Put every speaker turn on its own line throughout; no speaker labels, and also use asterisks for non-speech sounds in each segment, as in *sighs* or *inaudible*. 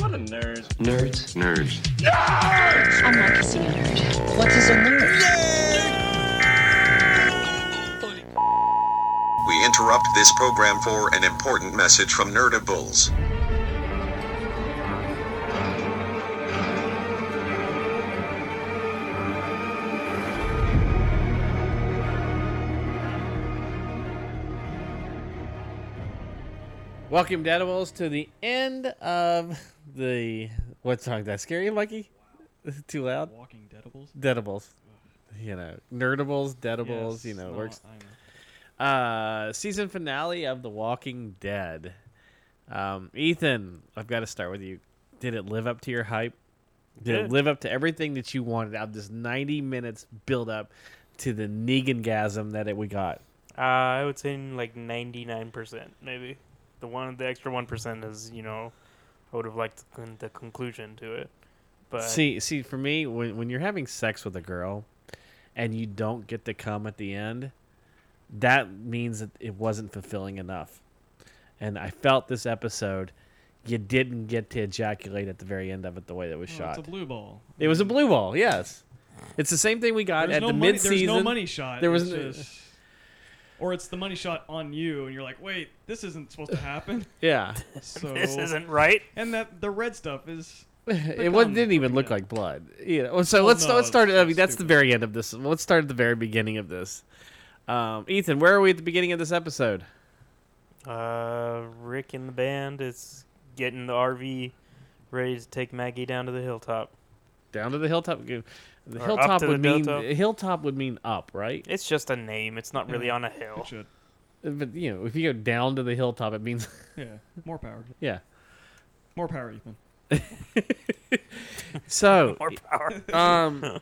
not a nerd.
Nerds.
Nerds.
I'm Marcus, the nerd. What is a nerd?
We interrupt this program for an important message from Nerdables.
Welcome, Dadables, to the end of the. What song? Is that scary, Lucky? *laughs* Too loud?
Walking Deadables?
Deadables. You know, Nerdables, Deadables,
Yes,
you know, it
no,
works.
I know.
Uh, season finale of The Walking Dead. Um, Ethan, I've got to start with you. Did it live up to your hype? Did it
did.
live up to everything that you wanted out of this 90 minutes build up to the Negan gasm that it, we got?
Uh, I would say like 99%, maybe. The one, the extra 1% is, you know, I would have liked the, con- the conclusion to it. But
See, see, for me, when when you're having sex with a girl, and you don't get to come at the end, that means that it wasn't fulfilling enough. And I felt this episode, you didn't get to ejaculate at the very end of it the way that was
Well,
shot.
It's a blue ball.
it was a blue ball, yes. It's the same thing we got
There's
at
no
the
money,
mid season.
There's no money shot.
There
It's
was n-
just- or it's the money shot on you, and you're like, wait, this isn't supposed
*laughs*
to happen. *laughs*
Yeah,
So
this isn't right.
and that the red stuff is
it wa- didn't even look like blood. You know, so let's
no,
let's start.
it's
I mean, that's the
stupid.
very end of this. Let's start at the very beginning of this. Um, Ethan, where are we at the beginning of this episode?
Uh, Rick and the band is getting the RV ready to take Maggie down to the hilltop.
down to the hilltop. Go- The
Or up
hilltop
to the
would mean
hilltop.
hilltop would mean up, right?
It's just a name. It's not really on a hill.
It
*laughs*
should.
But you know, if you go down to the hilltop, it means *laughs*
Yeah, more power.
yeah.
More power, Ethan.
So
More power.
um,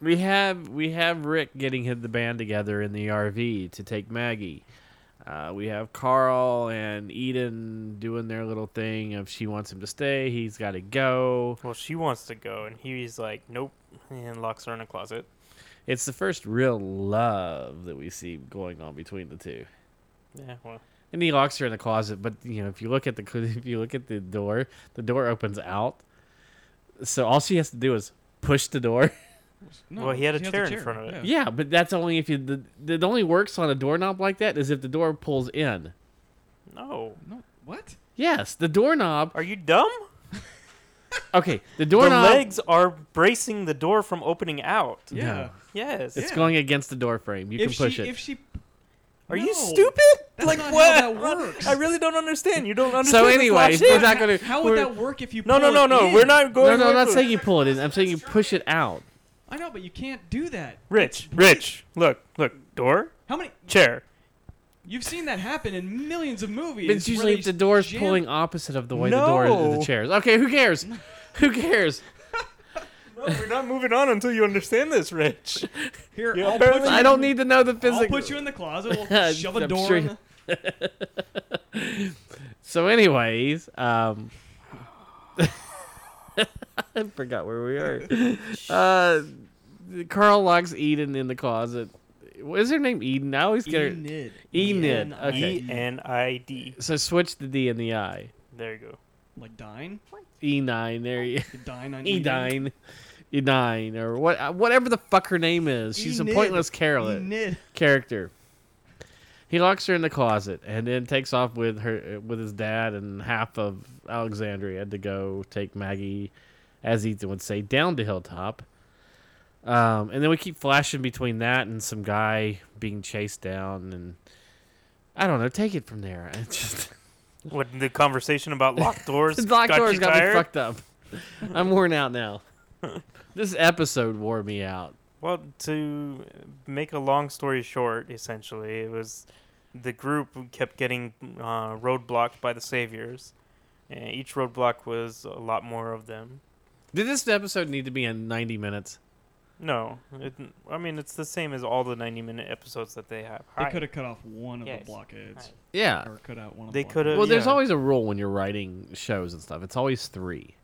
we have we have Rick getting hit the band together in the RV to take Maggie. Uh, we have Carl and Eden doing their little thing of she wants him to stay, he's got to go.
well, she wants to go, and he's like, nope, and locks her in a closet.
It's the first real love that we see going on between the two.
Yeah, well,
and he locks her in the closet. But you know, if you look at the *laughs* if you look at the door, the door opens out. So all she has to do is push the door.
No,
Well, he had a
she has
chair in front of it.
Yeah.
yeah, but that's only if you the that only works on a doorknob like that is if the door pulls in.
no.
No, what?
Yes, the doorknob.
Are you dumb?
Okay, the
The
doorknob.
legs are bracing the door from opening out.
No,
Yeah.
Yes.
it's
Yeah.
going against the door frame. You
if
can push
she,
it.
If she,
Are you
No.
stupid?
That's
like
not
what?
how that works.
I really don't understand. You don't understand.
so
this
anyway,
logic.
we're not going to.
how would that work if you?
no, no,
pull
no,
it
no.
in?
We're not going.
No, no, I'm
away
not
from
saying
it.
you pull it in. I'm saying you push it out.
I know, but you can't do that.
Rich, Rich, look, look. Door,
How many?
chair.
You've seen that happen in millions of movies.
It's
where
usually
they
if the door's
jam-
pulling opposite of the way the door is the
No.
chairs. Okay, who cares? Who
*laughs*
cares?
we're not moving on until you understand this, Rich.
Here,
Yeah, *laughs*
I'll, put you,
apparently-
I don't need to know the
I'll
physics.
put you in
*laughs*
the closet. We'll shove a
I'm
door.
sure
in
you-
the-
So, anyways, um, *laughs* I forgot where we *laughs* are. Uh, Carl locks Eden in the closet. What is her name? Eden. I always get her.
Enid.
Enid.
E-N-I-
Okay.
E N I D.
So switch the D and the I.
There you go.
Like dine?
E nine. There *laughs* you.
You dine on
E nine. E nine or what? uh, Whatever the fuck her name is. She's a
Enid.
pointless carrot
Enid.
character. He locks her in the closet and then takes off with her with his dad and half of Alexandria to go take Maggie, as Ethan would say, down to Hilltop. Um, and then we keep flashing between that and some guy being chased down, and I don't know. Take it from there. *laughs* It's just
What the conversation about
*laughs*
locked doors?
the locked
got
doors
you
got
tired?
me fucked
*laughs*
up. I'm worn out now. this episode wore me out.
Well, to make a long story short, essentially, it was the group kept getting uh, roadblocked by the saviors, and each roadblock was a lot more of them.
Did this episode need to be in 90 minutes?
No, it, I mean it's the same as all the ninety-minute episodes that they have.
They
Hi.
could have cut off one of
Yes.
the blockades.
Yeah.
Or cut out one of
They
the
coulda-
blockades.
Well, there's
Uh, yeah.
always a rule when you're writing shows and stuff. It's always three.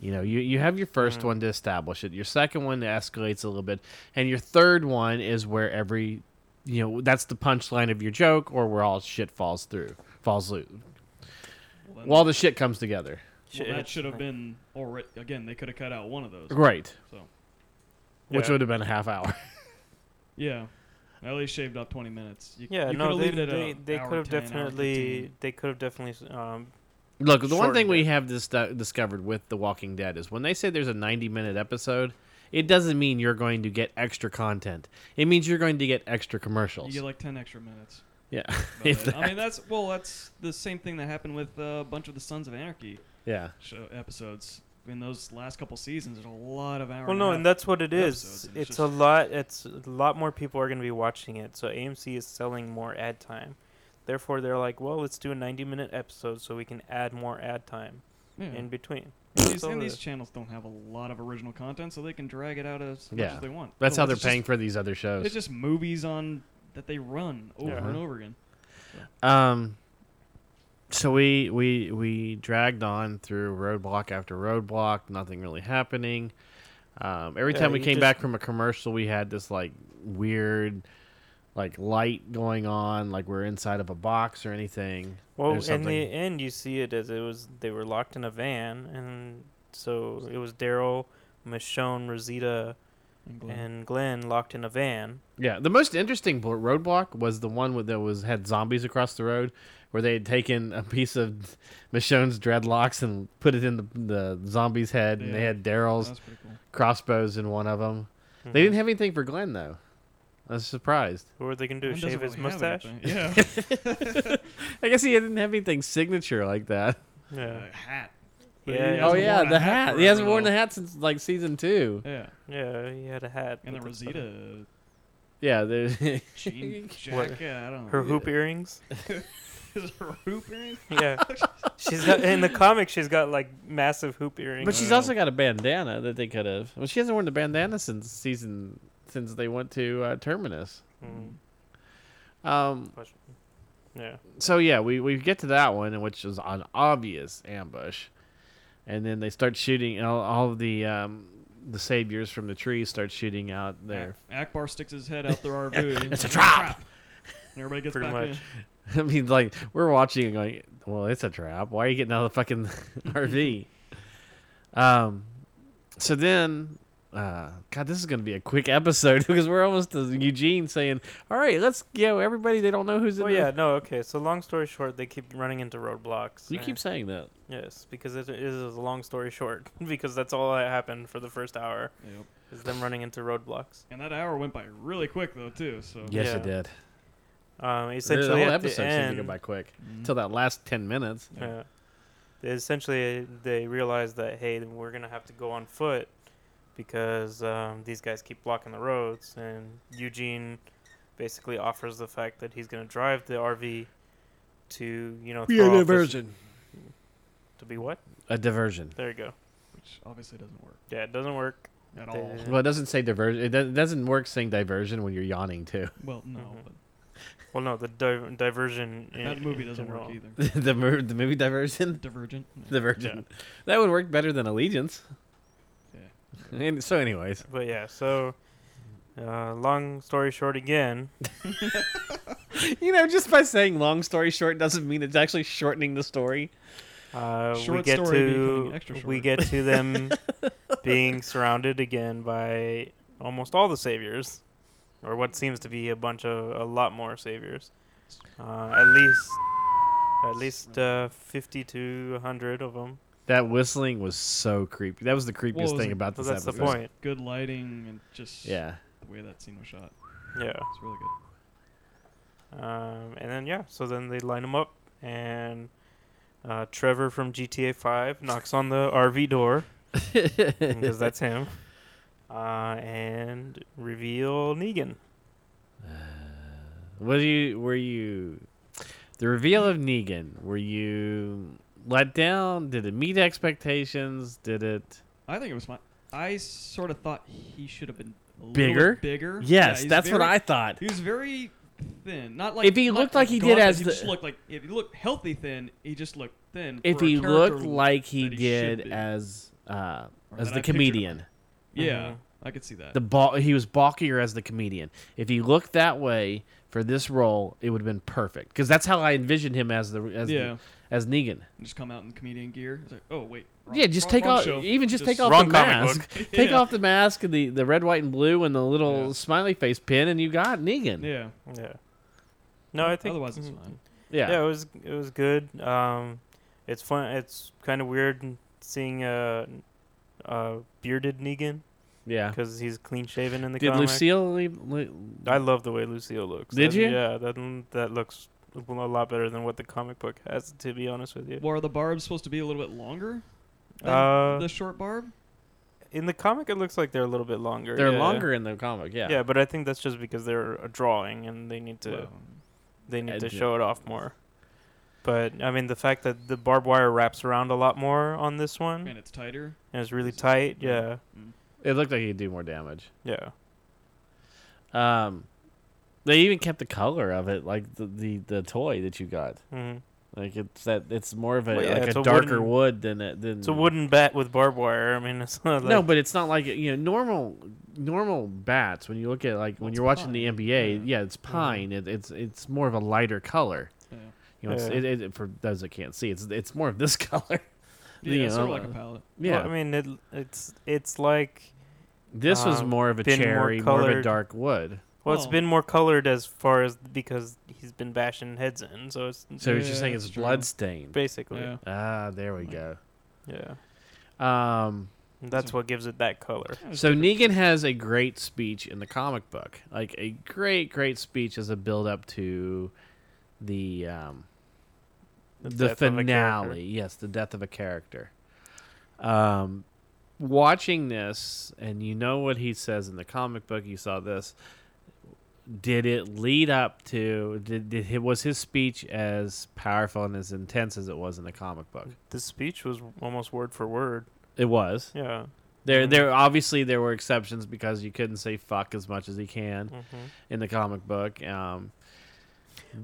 You know, you, you have your 1st
Mm.
one to establish it. Your second one escalates a little bit, and your third one is where every, you know, that's the punchline of your joke, or where all shit falls through, falls loose,
Well, then-
while the shit comes together.
Well,
Shit.
that should have been already. Again, they could have cut out one of those.
Right.
So
Which
Yeah.
would have been a half hour. *laughs*
yeah, at least shaved off twenty minutes. You,
Yeah,
you
no,
could
they
have leave it
they,
at a
they
hour
could have
10, hour
definitely
15.
they could have definitely um,
Look, the one thing
Shortened
we
it.
have this discovered with The Walking Dead is when they say there's a 90 minute episode, it doesn't mean you're going to get extra content. It means you're going to get extra commercials.
You get like ten extra minutes.
yeah.
But,
*laughs* if that,
I mean, that's well, that's the same thing that happened with uh, a bunch of the Sons of Anarchy
yeah.
show episodes. In those last couple seasons, there's a lot of hours.
Well, no, and that's what it
episodes,
is.
and
It's
it's
a
just-
lot. It's a lot more people are going to be watching it. So AMC is selling more ad time. Therefore, they're like, well, let's do a 90-minute episode so we can add more ad time
yeah.
in between.
And these,
So
and
the-
these channels don't have a lot of original content, so they can drag it out as much
Yeah.
as they want.
That's
So
how they're
it's just-
paying for these other shows.
It's just movies on that they run over
Uh-huh.
and over again.
Um, so we we we dragged on through roadblock after roadblock, nothing really happening. Um, every
Yeah,
time we
you
came
just-
back from a commercial, we had this like weird, like light going on, like we're inside of a box or anything.
Well,
There's
in the
something-
end, you see it as it was. They were locked in a van, and so it was Daryl, Michonne, Rosita,
And Glenn.
and Glenn locked in a van.
Yeah, the most interesting blo- roadblock was the one with, that was had zombies across the road, where they had taken a piece of *laughs* Michonne's dreadlocks and put it in the, the zombie's head, and they
Yeah.
had Daryl's
That's pretty cool.
crossbows in one of them. They didn't have anything for Glenn though. I was surprised.
What were they gonna do?
Glenn doesn't
shave his
really have
mustache?
anything.
*laughs*
Yeah.
I guess he didn't have anything signature like *laughs* that.
Yeah.
A hat.
Yeah.
He
yeah.
hasn't
oh
worn
yeah,
a
the hat. He hasn't
forever,
worn the
though.
hat since like season two.
Yeah.
Yeah, he had a hat.
And the
but that's about it.
Rosita
Yeah, *laughs* the
jean
*laughs* What?
jacket. I don't know.
Her hoop
*laughs*
earrings.
Is her hoop earring?
Yeah, she's got in the comic. She's got like massive hoop earrings.
but she's
Wow.
also got a bandana that they could have. Well, she hasn't worn the bandana since season since they went to uh, Terminus.
Hmm.
Mm,
Um,
question. yeah,
so yeah, we, we get to that one, and which was an obvious ambush, and then they start shooting. and All, all of the um, the saviors from the trees start shooting out there.
Ak- Akbar sticks his head
*laughs*
out their RV.
It's a trap!
And everybody gets
Pretty
back
much.
*laughs* I mean, like we're watching and going, "Well, it's a trap. Why are you getting out of the fucking *laughs* RV?" um, so then, uh, God, this is going to be a quick episode *laughs* because we're almost to Eugene saying, "All right, let's go." Everybody, they don't know who's in.
Oh
the-"
yeah, no, okay. So long story short, they keep running into roadblocks.
you
eh?
keep saying that.
yes, because it is a long story short. *laughs* Because that's all that happened for the first hour
in. Yep.
is them running into roadblocks.
And that hour went by really quick though too. So
Yes,
Yeah.
it did.
Um,
The
essentially
whole
at
episode
the
seemed to
end, Mm-hmm.
go by quick
Hmm.
until that last ten minutes.
Yeah.
Yeah. They essentially, they realized that hey, then we're gonna have to go on foot because um, these guys keep blocking the roads, and Eugene basically offers the fact that he's gonna drive the RV to you know throw off this- to be what?
A diversion.
There you go.
which obviously doesn't work
Yeah, it doesn't work.
at all.
Yeah.
Well, it doesn't say diversion. It do- it doesn't work saying diversion when you're yawning too. *laughs*
Well, no,
Mhm.
but
Well, no, the di- diversion. in-
that movie
in
doesn't work
general.
either.
the, mo- the movie *laughs* Diversion.
Divergent. Yeah.
Diversion. That would work better than Allegiance. And so, anyways,
But yeah, so uh, long story short, again,
you know, just by saying long story short doesn't mean it's actually shortening the story.
Uh, we
Short
get
story
to
becoming extra
we
short.
get to them
*laughs*
being surrounded again by almost all the saviors, or what seems to be a bunch of a lot more saviors. Uh, at least at least uh, fifty to hundred of them.
That whistling was so creepy. That was the creepiest
was
thing
it?
about
So
this
that's the
episode.
point.
Good lighting and just
*laughs* Yeah.
the way that scene was shot.
Yeah.
It's really good.
Um, and then yeah, so then they line them up, and uh, Trevor from GTA Five knocks on the RV door because that's him, uh, and reveal Negan.
*laughs* What do you? Were you? The reveal of Negan. Were you let down? Did it meet expectations? Did it?
I think it was fine. I sort of thought he should have been a little
Bigger?
Bigger. Yeah,
Yes,
he's
that's what
very-
I thought.
He was very thin. Not like
If he
not
looked like he did
gaunt,
as
he
the-
just looked like if he looked healthy thin, he just looked thin.
If
for a
he
character
looked like he
that he should
did
be.
as uh, as the
Or that I pictured him.
comedian,
yeah,
Mhm.
I could see that.
the ball he was balkier as the comedian. If he looked that way for this role, it would have been perfect because that's how I envisioned him as the as the-
Yeah.
as Negan.
just come out in comedian gear. It's like, oh wait. wrong-
Yeah, just
wrong-
take
wrong
off,
show. *laughs*
even just, take off
Wrong
the
comic
mask.
book.
Take
Yeah.
off the mask and the, the red, white, and blue and the little
Yeah.
smiley face pin, and you got Negan.
Yeah.
Yeah. No, I think
Otherwise, it's
mm,
fine.
yeah.
Yeah, it was it was good. Um, it's fun. It's kind of weird seeing a, a bearded Negan
yeah.
because he's clean shaven in the
Did
comic.
Lucille? leave- Lu-
I love the way Lucille looks.
Did
That-
you?
Yeah, that that looks a lot better than what the comic book has. To be honest with you,
Well, are the barbs supposed to be a little bit longer? than
uh,
the short barb.
in the comic it looks like they're a little bit longer.
They're
yeah.
longer in the comic. Yeah.
Yeah. but I think that's just because they're a drawing and they need to they need to
Edge it.
show it off more. But I mean, the fact that the barbed wire wraps around a lot more on this one
and it's tighter.
and it's really tight. Yeah,
It looked like he'd do more damage.
yeah.
Um, they even kept the color of it, like the the, the toy that you got.
hmm
Like it's that it's more of a
Well, yeah,
like
it's
a,
a
darker
wooden-
wood than it than
It's a wooden bat with barbed wire. I mean, *laughs* it's not like,
Mm. no, but it's not like you know normal normal bats. When you look at like
Well,
when
it's
you're watching the
pine.
NBA, yeah, it's pine. It, it's it's more of a lighter color.
Yeah.
You know, it's,
Yeah.
it, it, for those that can't see, it's it's more of this *laughs* color.
Yeah,
You
it's sort of
know, uh,
like a palette.
Yeah,
Well, I mean, it, it's it's like
this was
um,
more of a
been more
cherry, more, of a
colored.
dark wood.
well,
Oh.
it's been more colored as far as because he's been bashing heads in. So it's
So he's just
Yeah,
saying it's
that's true.
blood stained.
basically yeah.
Yeah.
Ah, there we go. Um,
That's what gives it that color.
So Negan has a great speech in the comic book, like a great, great speech as a build up to the um, the,
death of a character.
finale. Yes, the death of a character. Um, watching this, and you know what he says in the comic book. You saw this. Did it lead up to? Did, did it was his speech as powerful and as intense as it was in the comic book?
The speech was almost word for word.
It was.
Yeah.
There,
Mhm.
there obviously there were exceptions because you couldn't say fuck as much as he can
hmm
in the comic book. Um, *laughs*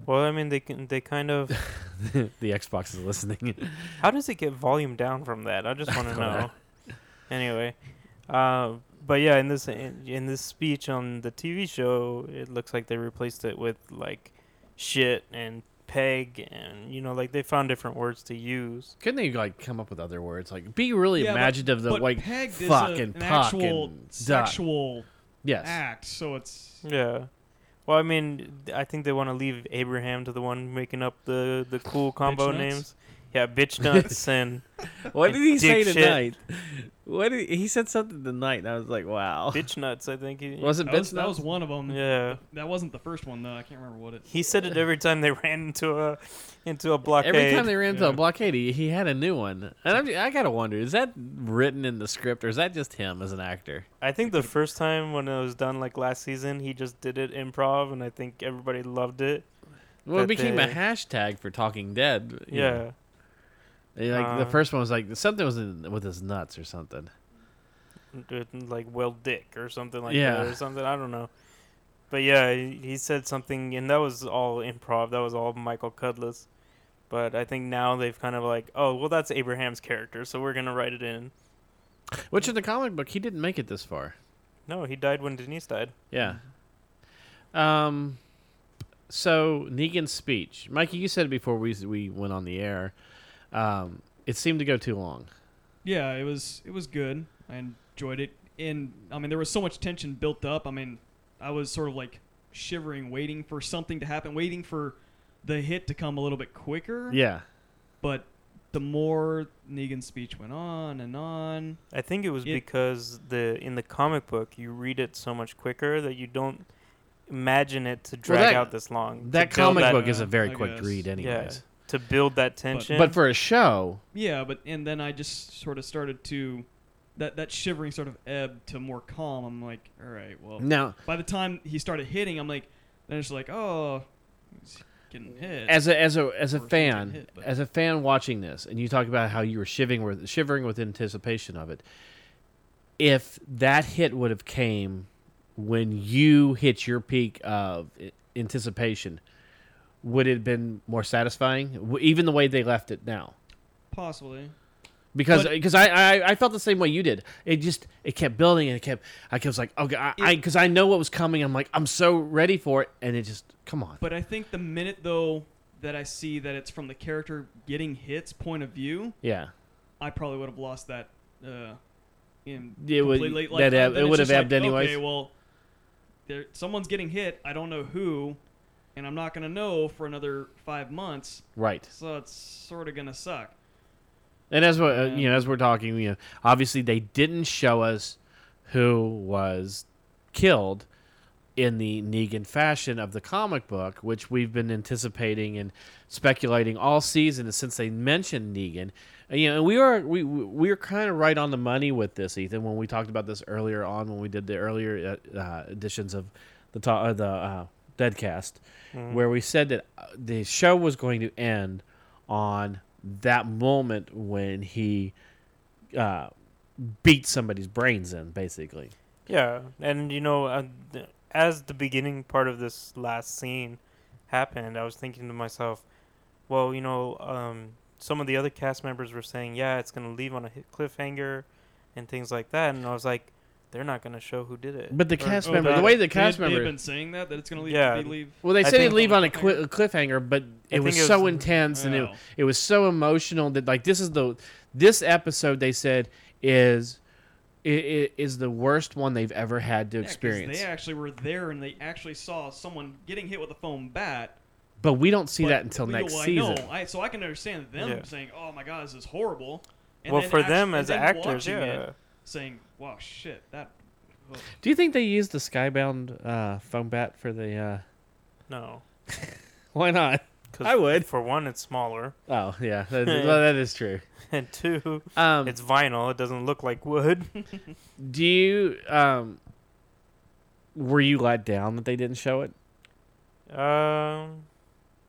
Well, I mean, they can they kind of.
the Xbox is listening. *laughs*
How does it get volume down from that? I just want to
don't know.
know. anyway, uh, but yeah, in this in, in this speech on the TV show, it looks like they replaced it with like shit and peg, and you know, like they found different words to use.
couldn't they like come up with other words like be really
Yeah, but-
imaginative of
but
like
pegged is
fuck
a-
and
an
puck
actual
and duck.
sexual
Yes,
Ah.
act, so it's
Yeah. Well, I mean, th- I think they want to leave Abraham to the one making up the the cool combo
nuts?
names.
*laughs*
Yeah, bitch nuts and
what did he say
Dick shit.
tonight? What did he, he said something tonight? And I was like, *laughs* wow.
bitch nuts. I think he,
Oh. Was it
that was,
Vince?
that was one of them.
Yeah.
That wasn't the first one though. I can't remember what it.
He said it every time they ran into a into a blockade.
Every time they ran into a
Yeah.
blockade, he, he had a new one, and I'm, I gotta wonder: is that written in the script, or is that just him as an actor?
I think the first time when it was done like last season, he just did it improv, and I think everybody loved it.
Well, it
That
became a
they-
hashtag for Talking Dead. you know.
Yeah,
Yeah, Like the
Uh,
first one was like something was in, with his nuts or something.
It- like well, dick or something like
Yeah.
that or something. I don't know, but yeah, he he said something, and that was all improv. That was all Michael Cudlitz. But I think now they've kind of like, oh, well, that's Abraham's character, so we're gonna write it in.
Which in the comic book he didn't make it this far.
No, he died when Denise died.
Yeah. Um. So Negan's speech, Mikey, you said it before we we went on the air. Um, it seemed to go too long.
Yeah, it was it was good. I enjoyed it, and I mean there was so much tension built up. I mean, I was sort of like shivering, waiting for something to happen, waiting for the hit to come a little bit quicker.
Yeah.
But the more Negan's speech went on and on,
I think it was
It-
because the in the comic book you read it so much quicker that you don't imagine it to drag
that-
out this long. to
That
build
comic
that-
book is a very
I
quick
guess.
read, anyways.
yeah, to build that tension.
But for a show,
yeah. But and then I just sort of started to that that shivering sort of ebbed to more calm. I'm like, all right, well.
now
By the time he started hitting, I'm like, then it's like, oh, he's getting hit.
as a as a as a
Or something
fan
hit, but-
as a fan watching this and you talk about how you were shivering with shivering with anticipation of it if that hit would have came when you hit your peak of i- anticipation would it have been more satisfying W- even the way they left it now
Possibly.
because
But-
because I, I I felt the same way you did. It just it kept building and it kept I was like okay I because I know what was coming. I'm like I'm so ready for it, and it just come on.
But I think the minute though that I see that it's from the character getting hits point of view,
yeah,
I probably would have lost that. Uh, in
It would-
completely.
that
then
ebb- it
it's
would have
just like,
ebbed anyways.
Okay, well, there someone's getting hit. I don't know who, and I'm not gonna know for another five months.
right.
So it's sort of gonna suck.
And as we're, uh,
Yeah.
you know, as we're talking, you know, obviously they didn't show us who was killed in the Negan fashion of the comic book, which we've been anticipating and speculating all season since they mentioned Negan. And, You know, and we are we we we are kind of right on the money with this, Ethan. When we talked about this earlier on, when we did the earlier uh, uh, editions of the ta- uh, the uh, Deadcast,
Mm-hmm.
where we said that uh, the show was going to end on that moment when he uh, beat somebody's brains in, basically.
Yeah, and you know, uh, th- as the beginning part of this last scene happened, I was thinking to myself, well, you know, um, some of the other cast members were saying, yeah, it's gonna leave on a hi- cliffhanger, and things like that, and I was like, they're not gonna show who did it.
But the
Or-
cast
oh,
member- the
that-
way the
They had-
cast
they had
member-
been saying that that it's gonna leave.
Yeah.
they leave.
Well, they
I
said
think-
it leave on a cli- a cliffhanger, but it
think
was,
it was-
so intense and it,
Wow.
it was so emotional that like this is the this episode they said is i- i- is the worst one they've ever had to
Yeah, 'cause
experience.
They actually were there and they actually saw someone getting hit with a foam bat.
but we don't see
but-
that until
but,
next
well, I
season.
Know. I, so I can understand them
Yeah.
saying, "Oh my God, this is horrible." And
well,
then
for
actu-
them
and
as
then
actors,
watching
yeah,
it, saying, "Wow, shit, that." ugh."
Do you think they used the skybound uh, foam bat for the? Uh, *laughs*
no,
why not?
'cause
I would.
For one, it's smaller, *laughs*
Oh yeah,
*laughs*
that, well, that is true.
and
*laughs*
two,
Um,
it's vinyl; it doesn't look
*laughs*
like wood.
Do you um were you let down that they didn't show it?
um,
And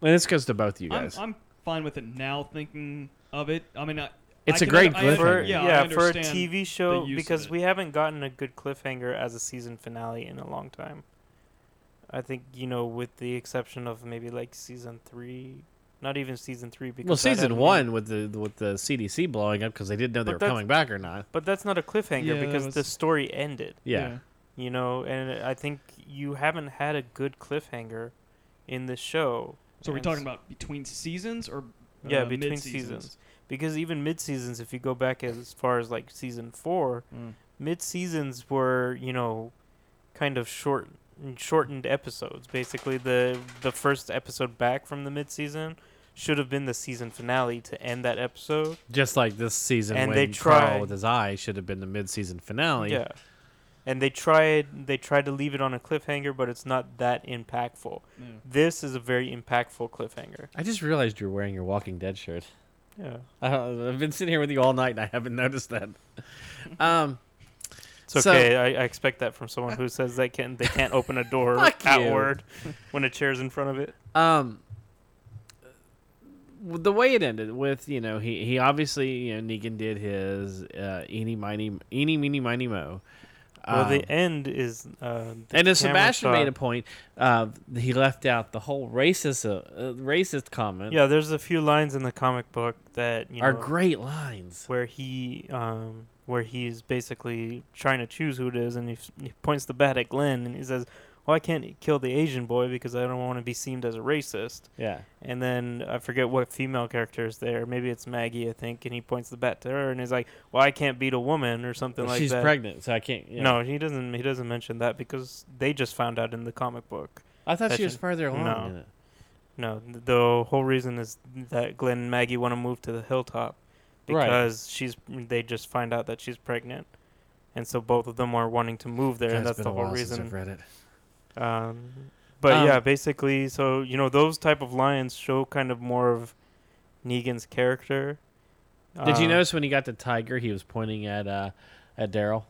this goes to both of you
I'm,
guys.
I'm fine with it now, thinking of it. I mean, I,
It's
a
a great cliffhanger.
for
yeah,
yeah,
I
for a
understand
TV show
use of
because
it.
we haven't gotten a good cliffhanger as a season finale in a long time. I think you know, with the exception of maybe like season three, not even season three because
well,
that
season
hadn't
one with the with the CDC blowing up because they didn't know they
But
were
that's-
coming back or not.
But that's not a cliffhanger
Yeah, that
because the
was-
story ended,
Yeah,
you know, and I think you haven't had a good cliffhanger in this show.
So are we
And
talking
s-
about between seasons or?
Yeah,
uh,
between
mid-seasons?
seasons. because even mid seasons, if you go back as far as like season four,
Mm.
mid seasons were you know kind of short shortened episodes basically the the first episode back from the mid season should have been the season finale to end that episode
just like this season
And
when
they
Carl
tried-
with his eye should have been the mid season finale.
yeah and they tried they tried to leave it on a cliffhanger but it's not that impactful
Yeah.
this is a very impactful cliffhanger
I just realized you're wearing your Walking Dead shirt. *laughs*
yeah
I don't- I've been sitting here with you all night and I haven't noticed that. *laughs* Um,
it's
So-
okay I, I expect that from someone who says they can they can't open a door
*laughs* Fuck you.
outward when a chair's in front of it
Um, w- the way it ended with you know he he obviously you know Negan did his uh, eeny miny eeny meeny miny mo.
well
Um,
the end is uh the
and
camera
then Sebastian made
shot-
a point. Uh, he left out the whole racist uh, uh, racist comment.
Yeah, there's a few lines in the comic book that you know
are great lines.
where he um where he's basically trying to choose who it is, and he, f- he points the bat at Glenn, and he says, "Well, I can't kill the Asian boy because I don't want to be seemed as a racist."
Yeah,
And then I forget what female character is there. Maybe it's Maggie, I think, and he points the bat to her, and he's like, "Well, I can't beat a woman" or something like
she's
that.
pregnant, so I can't. yeah.
No, he doesn't. He doesn't mention that because they just found out in the comic book.
I thought she was
Sebastian-
further along.
No.
in it.
No, th- the whole reason is that Glenn and Maggie want to move to the hilltop
Right.
because she's they just find out that she's pregnant, and so both of them are wanting to move there, and
It's
that's
been
the
a
whole
while since I've
reason.
read it.
Um, but
Um,
yeah, basically, so you know those type of lines show kind of more of Negan's character.
Did you
Uh,
notice when he got the tiger, he was pointing at uh, at
*laughs*
Daryl?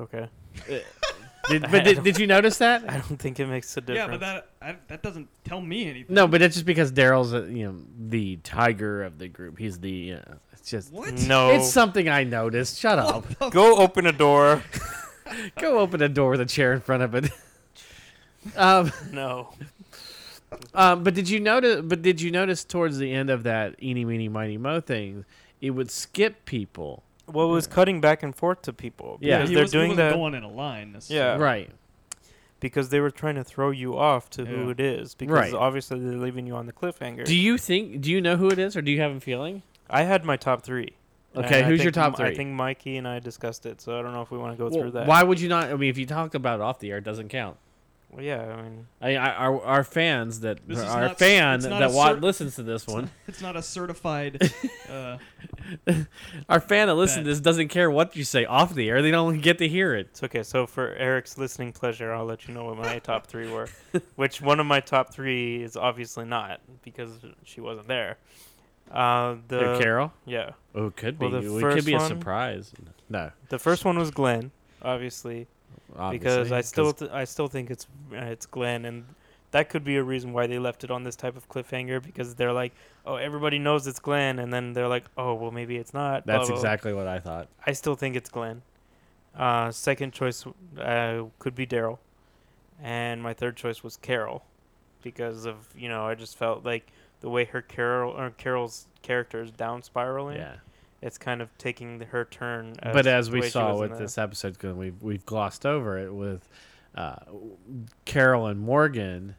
Okay,
Did, but did, did you notice that?
I don't think it makes a
Yeah,
difference.
but that I, that doesn't tell me anything.
No, but it's just because Daryl's uh, you know the tiger of the group. He's the uh, it's just
What?
*laughs*
no,
it's something I noticed. Shut
*laughs*
up.
go open a door.
*laughs*
*laughs*
Go open a door with a chair in front of it. um,
no,
Um, but did you notice? But did you notice towards the end of that "eeny, meeny, miny, mo" thing, it would skip people.
Well, it was cutting back and forth to people.
Yeah,
because
he
they're
wasn't- he
doing
wasn't
that
going in a line.
Yeah.
necessarily.
Right.
because they were trying to throw you off to who
Yeah.
it is. Because
Right.
obviously they're leaving you on the cliffhanger.
Do you think? Do you know who it is, or do you have a feeling?
I had my top three. and
Okay,
I
who's your
think-
top
I
three?
think Mikey and I discussed it, so I don't know if we want to go
Well,
through that.
Why would you not? I mean, if you talk about it off the air, it doesn't count.
Well, yeah, I mean,
I, I our, our fans that
This is
our
not-
fan
it's
that
not a
wa-
cer-
listens to this one,
It's not a certified. Uh,
our fan that listens to
That-
this doesn't care what you say off the air. They don't get to hear it.
it's okay. So for Eric's listening pleasure, I'll let you know
*laughs*
what my top three were. Which one of my top three is obviously not because she wasn't there. Uh,
Here,
the
Carol.
yeah,
Oh, it could be.
well, the
it could
first
be a
one-
surprise. No,
the first one was Glenn, obviously, because
obviously,
I still
'cause-
th- I still think it's uh, it's Glenn, and that could be a reason why they left it on this type of cliffhanger because they're like, oh, everybody knows it's Glenn, and then they're like, oh, well, maybe it's not. blah,
that's
blah, blah.
exactly what I thought.
I still think it's Glenn. Uh, second choice uh, could be Daryl, and my third choice was Carol, because of you know I just felt like the way her Carol or Carol's character is down spiraling.
Yeah,
it's kind of taking the- her turn.
but as
the
we
way she
saw
was in
with
the-
this episode, 'cause we've we've glossed over it with uh, Carol and Morgan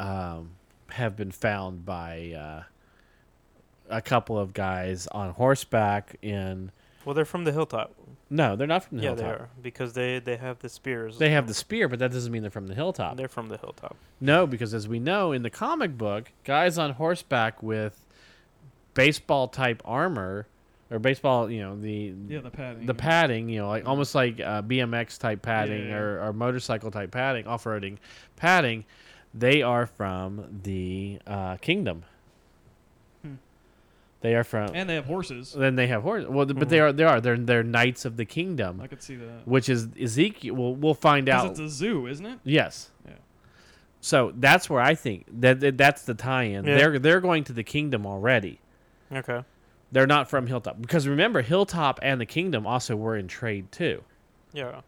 um, have been found by uh, a couple of guys on horseback in.
well, they're from the hilltop.
No, they're not from the
yeah,
hilltop.
they are because they they have the spears.
They have the spear, but that doesn't mean they're from the hilltop.
They're from the hilltop.
No, because as we know in the comic book, guys on horseback with baseball type armor or baseball, you know, the
yeah, the padding.
the padding, you know, like almost like uh, BMX type padding
yeah.
or, or motorcycle type padding, off roading padding, they are from the uh, kingdom. They are from.
Hmm. and Hmm. they have horses.
then they have horse. Well, th- but they are they are they're they're knights of the kingdom,
I could see that.
which is Ezekiel. We'll, we'll find
Because
out.
it's a zoo, isn't it?
yes.
Yeah.
So that's where I think that, that that's the tie-in.
Yeah.
They're they're going to the kingdom already.
Okay.
They're not from Hilltop because remember Hilltop and the kingdom also were in trade too.
Yeah.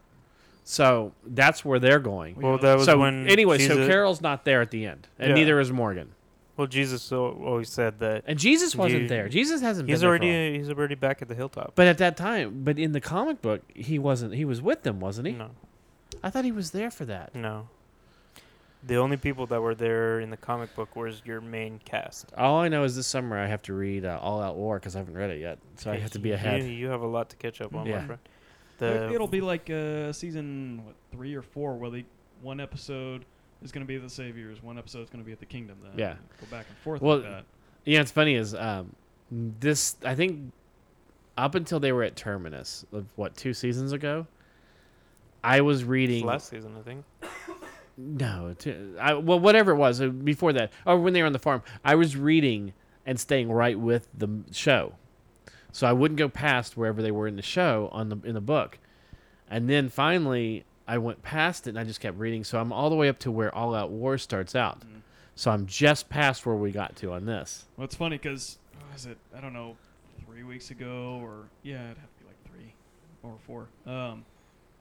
So that's where they're going.
Well, that was
so
when
anyway, so
Jesus-
Carol's not there at the end, and
Yeah.
neither is Morgan.
Well, Jesus al- always said that
And Jesus wasn't
You-
there. Jesus hasn't
he's
been there for a while.
already he's already back at the hilltop.
But at that time, but in the comic book, he wasn't. He was with them, wasn't he?
no.
I thought he was there for that.
No. The only people that were there in the comic book was your main cast.
All I know is this summer I have to read uh, All Out War because I haven't read it yet, so I have to be
You-
ahead.
You, have a lot to catch up on,
Yeah.
my friend. The
It- It'll be like uh, season what three or four, where they one episode is going to be the saviors, one episode is going to be at the kingdom. Then
Yeah.
go back and forth.
Well,
like that.
Yeah, it's funny is um, this. I think up until they were at Terminus, of what two seasons ago, I was
it's
reading.
last season, I think.
No, two, I, well, whatever it was uh, before that, or when they were on the farm, I was reading and staying right with the m- show, so I wouldn't go past wherever they were in the show on the in the book, and then finally I went past it and I just kept reading, so I'm all the way up to where All Out War starts out,
Mm.
so I'm just past where we got to on this.
Well, it's funny because was it? I don't know, three weeks ago or yeah, it'd have to be like three or four. Um,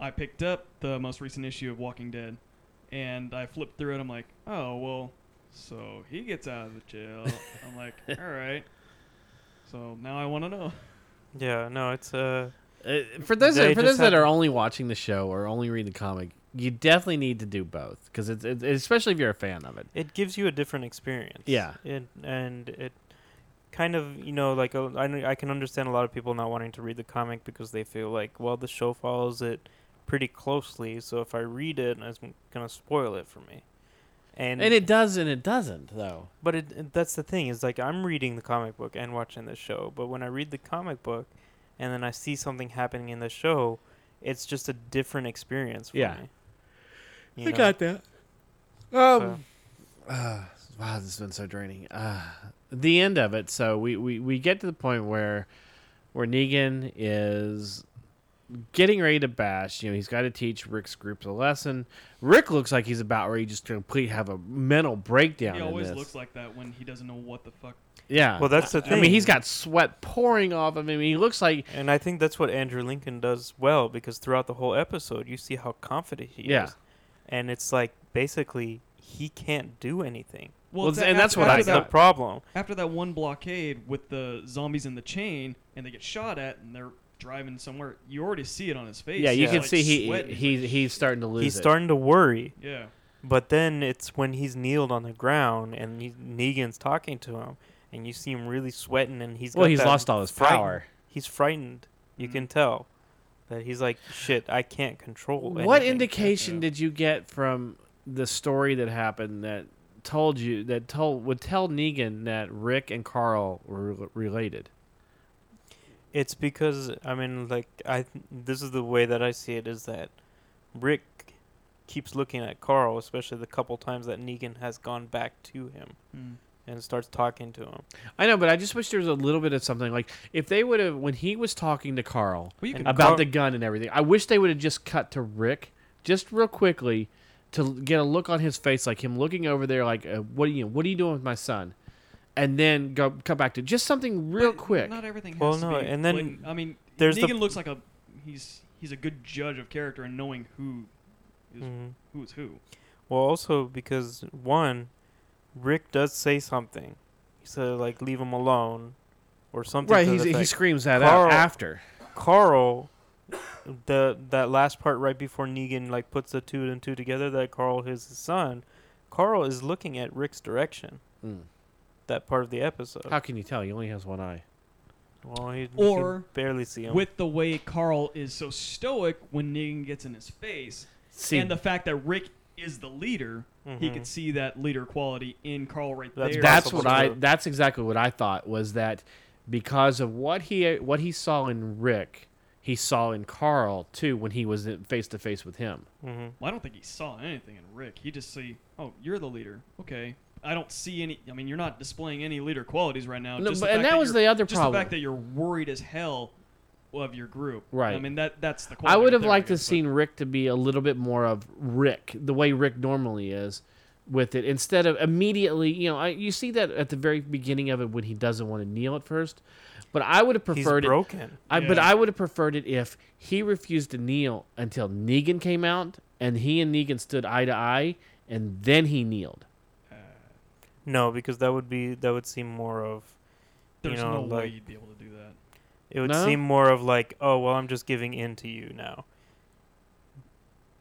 I picked up the most recent issue of Walking Dead, and I flipped through it. I'm like, oh well, so he gets out of the
*laughs*
jail. I'm like, all right. So now I want to know.
Yeah, no, it's uh
Uh, for those
They
for
just
those that
have-
are only watching the show or only reading the comic, you definitely need to do both because it's, it's especially if you're a fan of it.
it gives you a different experience.
Yeah.
It and it kind of, you know, like uh, I kn- I can understand a lot of people not wanting to read the comic because they feel like, well, the show follows it pretty closely, so if I read it, it's going to spoil it for me. And
And it does and it doesn't though.
But it, it- that's the thing is like I'm reading the comic book and watching the show, but when I read the comic book and then I see something happening in the show, it's just a different experience for
Yeah.
me.
I
You know?
that.
So-
Um, ah, *sighs* wow, this has been so draining. Uh, the end of it. So we, we we get to the point where where Negan is getting ready to bash. You know, he's got to teach Rick's group a lesson. Rick looks like he's about ready just to complete have a mental breakdown.
He
in
always
this.
looks like that when he doesn't know what the fuck.
Yeah.
Well, that's the thing.
I mean, he's got sweat pouring off of him. He looks like
and I think that's what Andrew Lincoln does well because throughout the whole episode, you see how confident he
Yeah.
is. And it's like basically he can't do anything.
Well,
Well,
it's
and
after-
that's what
after
I
That's the
that,
thought.
problem.
After that one blockade with the zombies in the chain, and they get shot at, and they're driving somewhere. You already see it on his face.
yeah, you
He's,
can
like,
see he,
sweating.
he he's starting to lose.
He's
it.
starting to worry.
Yeah.
But then it's when he's kneeled on the ground and he, Negan's talking to him, and you see him really sweating, and he's
Well,
got
he's
that
lost all his
frightened-
power.
He's frightened. You can tell that he's like, "Shit, I can't control."
What
anything."
indication did you get from the story that happened that told you that told would tell Negan that Rick and Carl were re- related?
It's because I mean, like I. This is the way that I see it is that Rick keeps looking at Carl, especially the couple times that Negan has gone back to him
Mm.
and starts talking to him.
I know, but I just wish there was a little bit of something like if they would have when he was talking to Carl
Well, you
And
can.
about
Carl-
the gun and everything. I wish they would have just cut to Rick just real quickly to l- get a look on his face, like him looking over there, like uh, what are you what are you doing with my son, and then go come back to just something real
but
quick.
Not everything. Has
Well,
to
no,
be
and then
blatant. I mean,
there's the-
Negan looks like a he's he's a good judge of character and knowing who is
Mhm.
who's who.
Well, also because one, Rick does say something. He said like leave him alone, or something.
Right,
to
he's,
the
he
effect.
screams that
Carl-
out after.
Carl. The that last part right before Negan like puts the two and two together that Carl is his son. Carl is looking at Rick's direction.
Mm.
That part of the episode.
How can you tell? He only has one eye.
well, he, you can
Or
barely see him.
With the way Carl is so stoic when Negan gets in his face,
See,
and the fact that Rick is the leader, he
Mhm.
could see that leader quality in Carl right
That's
there.
that's
possible
what I.
too.
That's exactly what I thought was that because of what he what he saw in Rick, he saw in Carl too when he was in- face to face with him.
hmm
Well, I don't think he saw anything in Rick. He just see, oh, you're the leader. Okay. I don't see any. I mean, you're not displaying any leader qualities right now.
No,
just
but-
the
and
fact
that was
you're-
the other
just the
problem.
fact that you're worried as hell of your group.
Right.
I mean, that that's the.
I
quality
would have
right there,
liked to
guess, but-
seen Rick to be a little bit more of Rick, the way Rick normally is with it, instead of immediately. You know, I, you see that at the very beginning of it when he doesn't want to kneel at first. But I would have
He's
preferred it.
broken.
I, But
Yeah.
I would have preferred it if he refused to kneel until Negan came out and he and Negan stood eye to eye and then he kneeled.
No, because that would be that would seem more of. you
There's
know,
no way
like-
you'd be able to do that.
It would
No?
seem more of like, oh well, I'm just giving in to you now.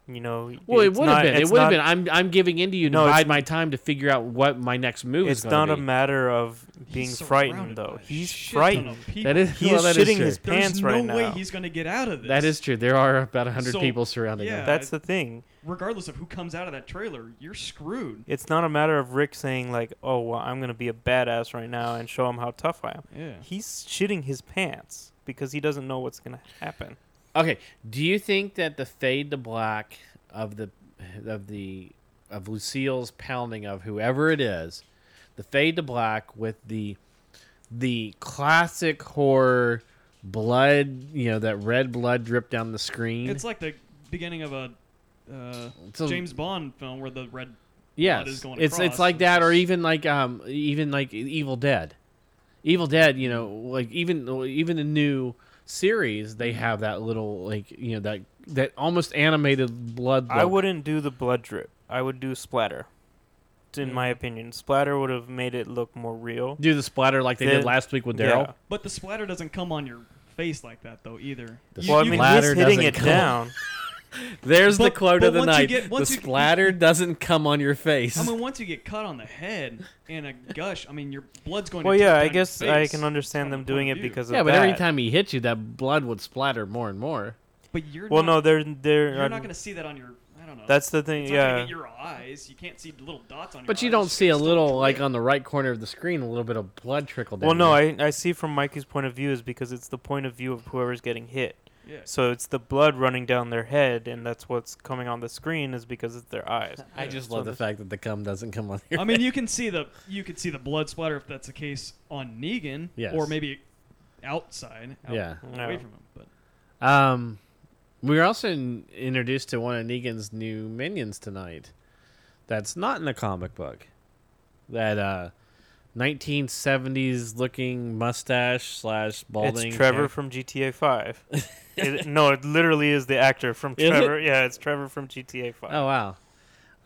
You know.
Well,
it's
it would have
not-
been. It
it's
would have
not-
been. I'm I'm giving in to you to
No, it's-
bide my time to figure out what my next move
It's
is going
not
to
a
be.
matter of
He's
being
surrounded
frightened, though.
by a
He's
shit ton *laughs*
frightened.
of people.
that is
He
well,
is
that
shitting
true.
his
There's
pants
no
right
way
now.
he's going to get out of this.
That is true. There are about hundred
So,
people surrounding him.
yeah.
That's the thing.
regardless of who comes out of that trailer, you're screwed.
It's not a matter of Rick saying like, "Oh, well, I'm gonna be a badass right now and show him how tough I am."
Yeah.
He's shitting his pants because he doesn't know what's gonna happen.
Okay. Do you think that the fade to black of the of the of Lucille's pounding of whoever it is, the fade to black with the the classic horror blood, you know, that red blood drip down the screen.
It's like the beginning of a uh,
So-
James Bond film where the red.
yes,
blood is going
it's it's
across.
like that, or even like um even like Evil Dead, Evil Dead. You know, like even even the new series they have that little like you know that that almost animated blood.
I
look.
wouldn't do the blood drip. I would do splatter. It's In my opinion, splatter would have made it look more real.
do the splatter like they did
The-
last week with Daryl.
Yeah.
But the splatter doesn't come on your face like that though either.
The
You-
Well, I
you-
mean,
splatter
he's hitting
doesn't
it
come. *laughs*
down.
There's the
But-
quote
but
of the
once you
night.
get-
the
once you- *laughs*
splatter doesn't come on your face.
I mean, once you get cut on the head and a gush, I mean, your blood's going.
Well,
to drip
yeah,
down
I
your
guess I
face
can understand
from
them
the
doing
point of
it
view.
because of
yeah, but every
that.
time he hit you, that blood would splatter more and more.
But you're
Well,
not,
no, they're they're.
you're
uh,
not going to see that on your. I don't know.
That's the thing.
it's not gonna
yeah.
hit your eyes. You can't see little dots on.
But
your
you
eyes.
don't see a
It's still
little like
drip.
on the right corner of the screen, a little bit of blood trickle down.
Well, no,
there.
I I see from Mikey's point of view is because it's the point of view of whoever's getting hit.
Yeah.
So it's the blood running down their head, and that's what's coming on the screen is because it's their eyes.
*laughs* I just love the fact that the cum doesn't come on your.
I mean, you can see the you could see the blood splatter if that's the case on Negan,
Yes.
or maybe outside, out,
Yeah.
away
No.
from him. But
Um, we were also in- introduced to one of Negan's new minions tonight. That's not in the comic book. That uh, 1970s looking mustache slash balding.
It's Trevor
char-
from
*laughs*
GTA Five. It- no, it literally is the actor from
Is it?
Trevor. Yeah, it's Trevor from GTA Five.
Oh wow.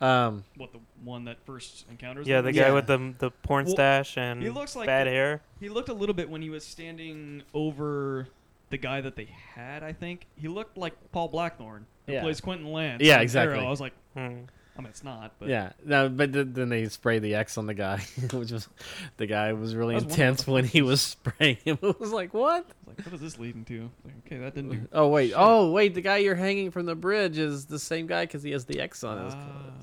Um,
What the one that first encounters?
Yeah,
him?
the
Yeah.
guy with the the porn
Well,
stash and
he looks like
bad
the-
hair.
He looked a little bit when he was standing over the guy that they had. I think he looked like Paul Blackthorne, who
Yeah.
plays Quentin Lance.
Yeah,
on
exactly.
Arrow. I was like,
Hmm.
I mean, it's not, but
yeah, no, but th- then they spray the X on the guy, *laughs* which was the guy was really
That was one
intense when he was spraying him. *laughs* It was like, what?
I was like, what is this leading to? Like, okay,
*laughs*
that didn't do.
Oh wait, oh wait, the guy you're hanging from the bridge is the same guy because he has the X
Oh,
on his. clothes.
Ah,
I
didn't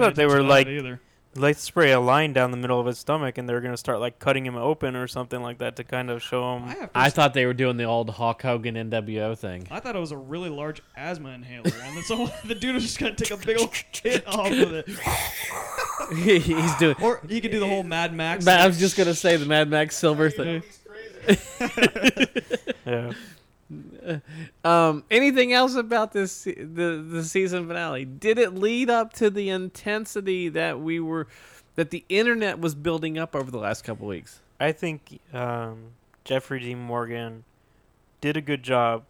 pay
thought they
attention
were
to that
like-
either.
Like spray a line down the middle of his stomach, and they're gonna start like cutting him open or something like that to kind of show
I,
him.
have to
I
s-
thought they were doing the old Hulk Hogan NWO
*laughs*
thing.
I thought it was a really large asthma inhaler, and then so *laughs* the dude was just gonna take a
*laughs*
big old hit off of it,
He's doing.
or he could do the whole Mad Max.
But I was just gonna say the Mad Max Silver thing.
Yeah.
Um, anything else about this se- the the season finale? Did it lead up to the intensity that we were that the internet was building up over the last couple weeks?
I think um, Jeffrey Dean Morgan did a good job.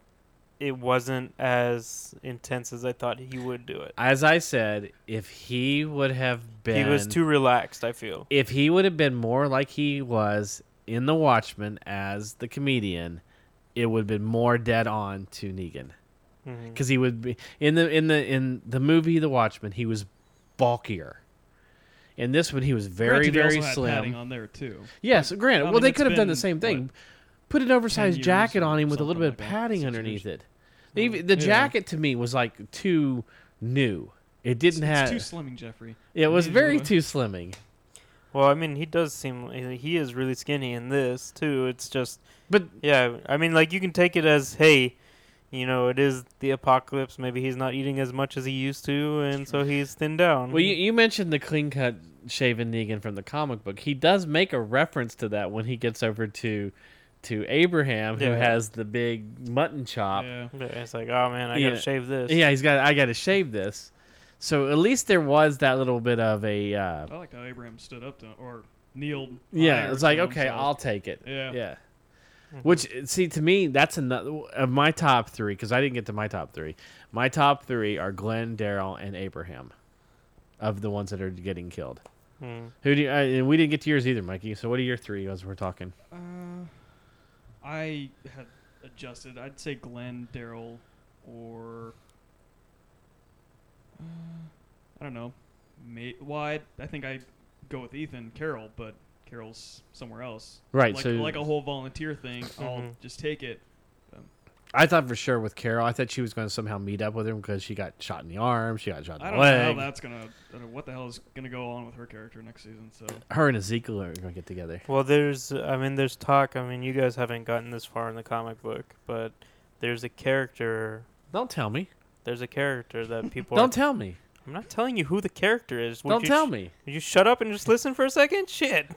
It wasn't as intense as I thought he would do it.
As I said, if he would have been
He was too relaxed. I feel.
if he would have been more like he was in The Watchmen as the comedian, it would have been more dead on to Negan
Mhm.
because he would be in the in the in the movie The Watchmen. He was bulkier. In this one, he was very
Granted, they
very
also had padding
slim.
on there too.
yes, granted.
I
well,
mean,
they
it's
could have done the
been,
same thing.
what,
Put an oversized
years
jacket
or
on him with a little bit
something
of
like that?
padding
Six
underneath
years.
it. Even the
Yeah.
jacket to me was like too new. It
It's,
didn't
it's
have.
too slimming, Jeffrey.
it was
Needed
very
to-
too slimming.
Well, I mean, he does seem he is really skinny in this too. It's just
But
yeah. I mean, like you can take it as hey, you know, it is the apocalypse. Maybe he's not eating as much as he used to, and so he's thinned down.
Well, you, you mentioned the clean cut shaven Negan from the comic book. He does make a reference to that when he gets over to to Abraham, who
Yeah.
has the big mutton chop. Yeah,
Yeah.
Yeah, it's like oh man, I
Yeah.
gotta shave this.
he's got. I got to shave this. So at least there was that little bit of a. Uh,
I liked how Abraham stood up to or kneeled.
yeah,
higher
it's like
to
okay,
himself.
I'll take it.
Yeah. Mm-hmm.
yeah. Which see to me that's another of my top three because I didn't get to my top three. My top three are Glenn, Daryl, and Abraham, of the ones that are getting killed.
Mm.
Who do you, uh, and we didn't get to yours either, Mikey? So what are your three as we're talking?
Uh, I had adjusted. I'd say Glenn, Daryl, or uh, I don't know. May, well, I, I think I go with Ethan Carroll, but Carroll's somewhere else.
Right,
Like,
so- Mm-hmm.
like a whole
*laughs*
volunteer thing. I'll
Mhm.
just take it.
I thought for sure with Carol, I thought she was going to somehow meet up with him because she got shot in the arm, she got shot
I
in the
don't know how
leg.
that's gonna. I don't know what the hell is gonna go on with her character next season.
*laughs*
So
Her and Ezekiel are going to get together.
Well, there's I mean, there's talk. I mean, you guys haven't gotten this far in the comic book, but there's a character.
Don't tell me.
There's a
*laughs*
character that people.
Don't
are-
tell me.
I'm not telling you who the character is. Would
Don't
you
tell
sh-
me.
Would you shut up and just listen for a second? Shit. I'm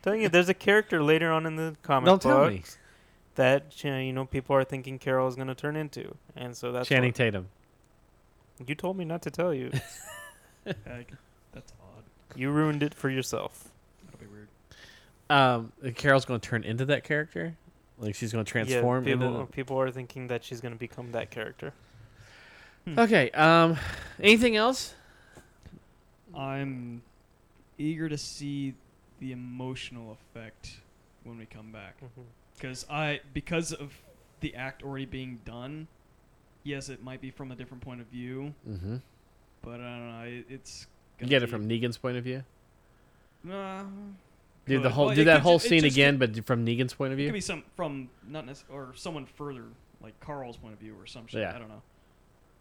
telling you, there's a character later on in the comic
Don't
book
tell me.
that you know, you know people are thinking Carol is going to turn into, and so that's
Channing
what-
Tatum.
you told me not to
*laughs*
tell you.
like, that's odd.
you ruined it for yourself.
That'll be weird.
Um, Carol's going to turn into that character. Like she's going to transform
yeah, people,
into.
people are thinking that she's going to become that character.
the- Okay. Um, anything else?
I'm eager to see the emotional effect when we come back
Mm-hmm.
because I because of the act already being done. Yes, it might be from a different point of view,
Mm-hmm.
but uh, I don't know. It, it's
You
gonna
get it
be- Uh,
from Negan's point of view.
Nah,
Do the
Could.
whole
Well,
do
it
that
could
whole
ju- it
scene
just
again, but from Negan's point of
it
view.
could be some from not necess- or someone further like Carl's point of view or some shit.
Yeah.
I don't know.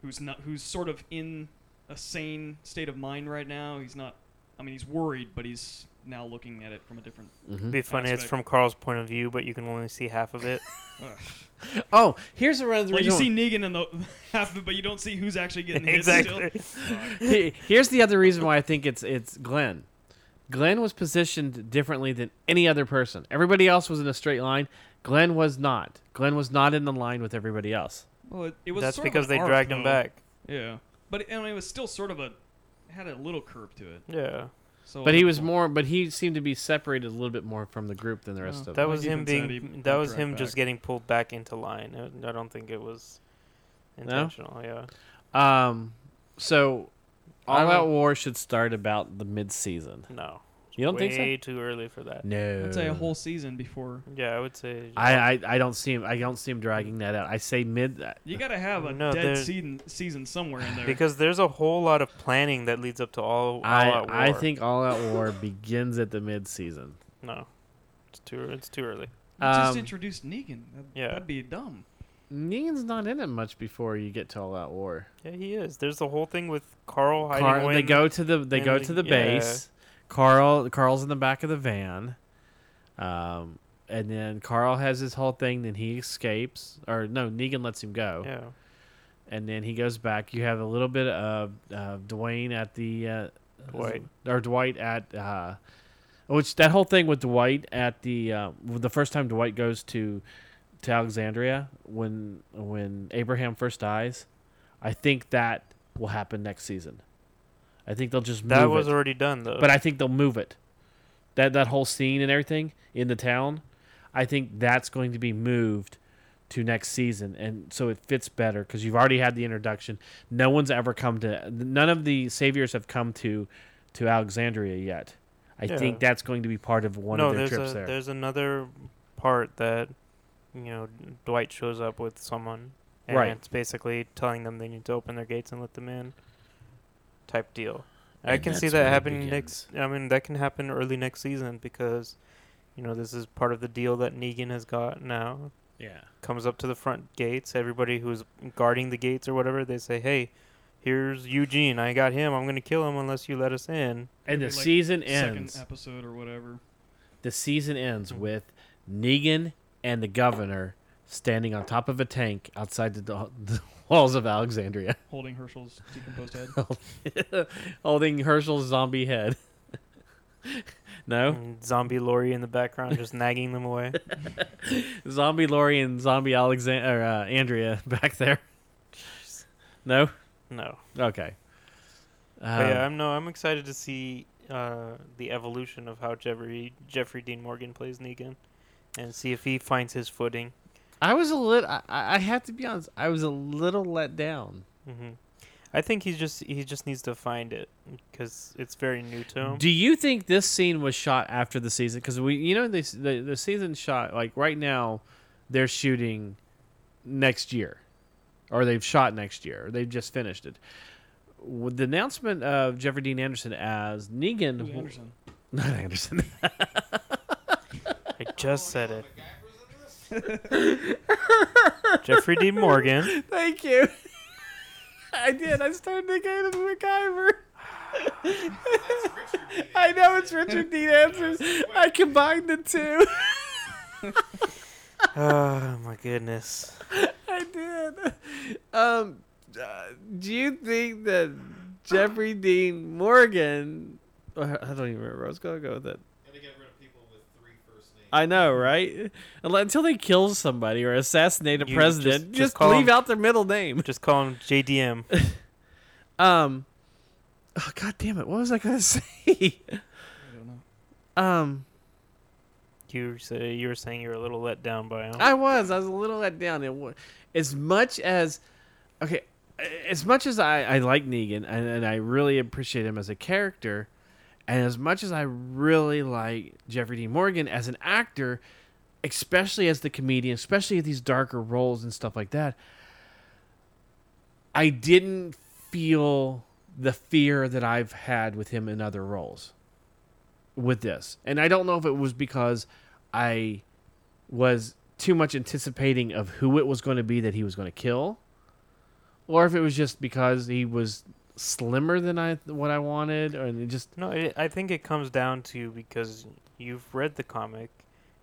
Who's not? Who's sort of in a sane state of mind right now? He's not. I mean, he's worried, but he's now looking at it from a different.
It'd
Mhm.
be funny. It's
Aspect.
from Carl's point of view, but you can only see half of it.
Ugh.
Oh, here's the reason.
Like you see Negan in the *laughs* half, of it, but you don't see who's actually
*laughs*
getting hit.
exactly.
Still. Fuck.
He- *laughs* Here's the other reason why I think it's it's Glenn. Glenn was positioned differently than any other person. Everybody else was in a straight line. Glenn was not. Glenn was not in the line with everybody else.
Well, it, it was.
That's
sort of
because
an
they
arc,
dragged him
though.
back.
Yeah, but I mean, it was still sort of a had a little curve to it.
Yeah.
So,
But he was more. But he seemed to be separated a little bit more from the group than the rest
Oh.
of
That
them.
Like
was him
Ethan said, he
being.
got
That was
dragged
him just
back.
getting pulled back into line. I- I don't think it was intentional. Yeah.
Um, so
I
All
don't-
Out War should start about the mid-season.
No.
You don't
Way
think so?
too early for that.
No.
I'd say a whole season before.
Yeah, I would say.
I, I I don't see him. I don't see him dragging that out. I say mid.
You gotta have a
No,
dead
there's-
season season somewhere in there.
because there's a whole lot of planning that leads up to all. all
I
Out
I
War.
think All Out War *laughs* begins at the mid-season.
no. It's too. It's too early.
You just
Um,
introduced Negan. That,
yeah.
That'd be dumb.
Negan's not in it much before you get to All Out War.
Yeah, he is. There's the whole thing with Carl hiding
Carl-
away.
they
in
go to the they
in
go
the-
to the
yeah.
base. Carl Carl's in the back of the van. Um and then Carl has his whole thing, then he escapes or no, Negan lets him go.
The, yeah.
And then he goes back. You have a little bit of uh, Dwayne at the uh,
Dwight.
or Dwight at uh which that whole thing with Dwight at the uh, the first time Dwight goes to to Alexandria when when Abraham first dies, I think that will happen next season. I think they'll just
That
move
was
it.
already done though.
but I think they'll move it. That that whole scene and everything in the town, I think that's going to be moved to next season, and so it fits better because you've already had the introduction. No one's ever come to none of the saviors have come to to Alexandria yet. I
Yeah.
think that's going to be part of one
no,
of their
there's
trips
a,
there.
There's another part that you know Dwight shows up with someone, and
Right.
it's basically telling them they need to open their gates and let them in, type deal. I
And
can see
that's
that
where it
happening next. I mean, that can happen early next season because you know this is part of the deal that Negan has got now.
Yeah,
Comes up to the front gates. Everybody who's guarding the gates or whatever, they say, "Hey." Here's Eugene. I got him. I'm gonna kill him unless you let us in.
and the
Maybe, like,
season
Second Mm-hmm.
ends.
episode or whatever.
the season ends with Negan and the governor standing on top of a tank outside the, do- the *laughs* walls of Alexandria,
Holding Herschel's
*laughs*
decomposed head.
holding Herschel's zombie head. *laughs* no,
And zombie Lori in the
*laughs*
background just nagging them away.
zombie Lori and zombie Alexander uh, Andrea *laughs* back there. No,
No.
okay.
But yeah,
Um,
I'm no, I'm excited to see uh, the evolution of how Jeffrey Jeffrey Dean Morgan plays Negan, and see if he finds his footing.
I was a little. I, I I have to be honest. I was a little let down.
hmm I think he's just he just needs to find it because it's very new to him.
Do you think this scene was shot after the season? Because we, you know, this the the season shot like right now, they're shooting next year, or they've shot next year, or they've just finished it. With the announcement of Jeffrey Dean Anderson as Negan,
Who's
w-
Anderson?
*laughs* not Anderson, *laughs*
I just said it. Jeffrey Dean
*laughs*
Morgan.
Thank you. I did. I started to get into MacGyver. *laughs* I know it's Richard Dean Anderson. I combined the two. *laughs*
Oh my goodness.
I did. Um, uh, do you think that Jeffrey Dean Morgan? I I don't even remember. I was gonna go with it. I know, right? Unle- Until they kill somebody or assassinate a
You
president,
just-
just,
just call
leave
him-
out their middle name.
Just call him JDM.
Um, oh, God damn it! What was I gonna *laughs* say?
I don't know.
Um,
You say you were saying you were a little let down by him.
I was. I was a little let down. It wa- as much as okay, a- as much as I, I like Negan and, and I really appreciate him as a character, and as much as I really like Jeffrey Dean Morgan as an actor, especially as the comedian, especially at these darker roles and stuff like that, I didn't feel the fear that I've had with him in other roles with this. And I don't know if it was because I was too much anticipating of who it was going to be that he was going to kill, or if it was just because he was slimmer than I what I wanted, or and it just
No, it, I think it comes down to because you've read the comic,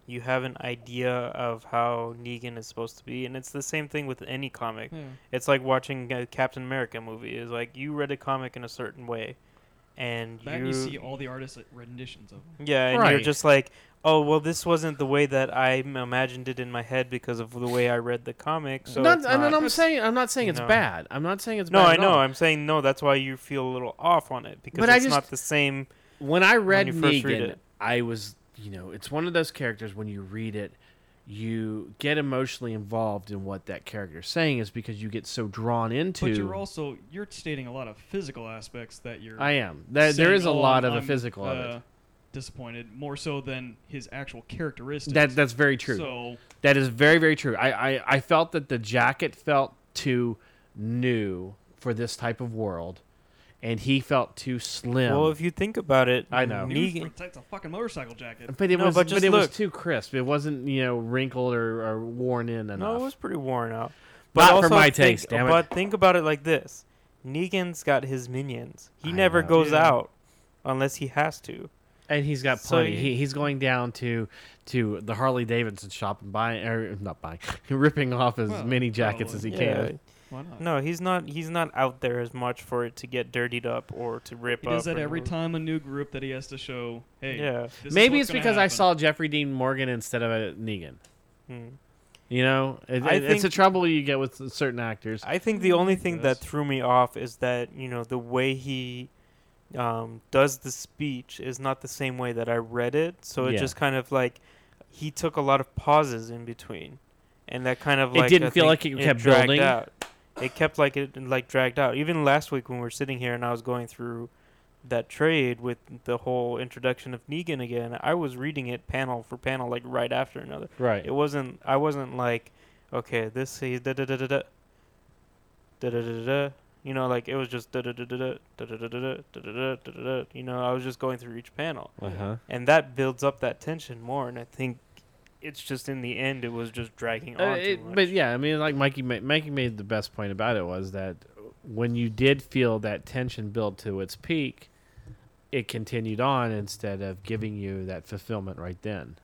you have an idea of how Negan is supposed to be, and it's the same thing with any comic.
Yeah.
It's like watching a Captain America movie. It's like you read a comic in a certain way, and
That
you,
you see all the artists at renditions of. Them.
yeah, and you're
Right.
just like, oh well, this wasn't the way that I m- imagined it in my head because of the way I read the comic. So
not,
it's
and
not-
I'm saying I'm not saying it's
No.
bad. I'm not saying it's
no,
bad
I
at
know.
all.
I'm saying no. That's why you feel a little off on it because
But I
it's
just-
not the same.
when I read
you first read
Negan,
it.
I was, you know, it's one of those characters when you read it, you get emotionally involved in what that character is saying is because you get so drawn into
But you're also you're stating a lot of physical aspects that you're.
I am. There, there
saying,
is a
"Oh,
lot
I'm-
of the
I'm,
physical
uh,
of it.
Disappointed more so than his actual characteristics.
That that's very true.
So
That is very, very true. I, I, I felt that the jacket felt too new for this type of world, and he felt too slim.
Well, if you think about it,
I know.
he was-
Negan,
it's a fucking motorcycle jacket.
but it
No,
was,
but
but,
just
it
look.
was too crisp. It wasn't, you know, wrinkled or, or worn in enough.
no, it was pretty worn out.
Not for
also
my
think-
taste, damn it.
But think about it like this: Negan's got his minions. He
I
never
know.
goes
Yeah.
out unless he has to.
and he's got
So
plenty.
you-
he, he's going down to to the Harley Davidson shop and buying, or not buying, *laughs* ripping off as
Well,
many jackets as he
probably.
can.
Why not?
No, he's not. He's not out there as much for it to get dirtied up or to rip
He
up.
does that
or-
every time a new group that he has to show. Hey,
Yeah.
this is
Maybe it's
what's gonna
because I
happen."
saw Jeffrey Dean Morgan instead of uh, Negan.
Hmm.
You know, it,
I
it- it's a
think-
trouble you get with certain actors.
I think the only thing
Yes.
that threw me off is that you know the way he um, does the speech is not the same way that I read it. So it
Yeah.
just kind of like he took a lot of pauses in between, and that kind of
It
like I
didn't feel
think
like it kept
dragged
building.
Out. It kept like it like dragged out. Even last week when we were sitting here and I was going through that trade with the whole introduction of Negan again, I was reading it panel for panel like right after another.
right.
It wasn't. I wasn't like, okay, this he da da da da da da da da da. You know, like it was just da da da da da da da da da da da da da. You know, I was just going through each panel,
Uh-huh.
and that builds up that tension more. And I think it's just in the end, it was just dragging
Uh,
on too
it-
much.
but yeah, I mean, like Mikey, ma- Mikey made the best point about it was that when you did feel that tension build to its peak, it continued on instead of giving you that fulfillment right then.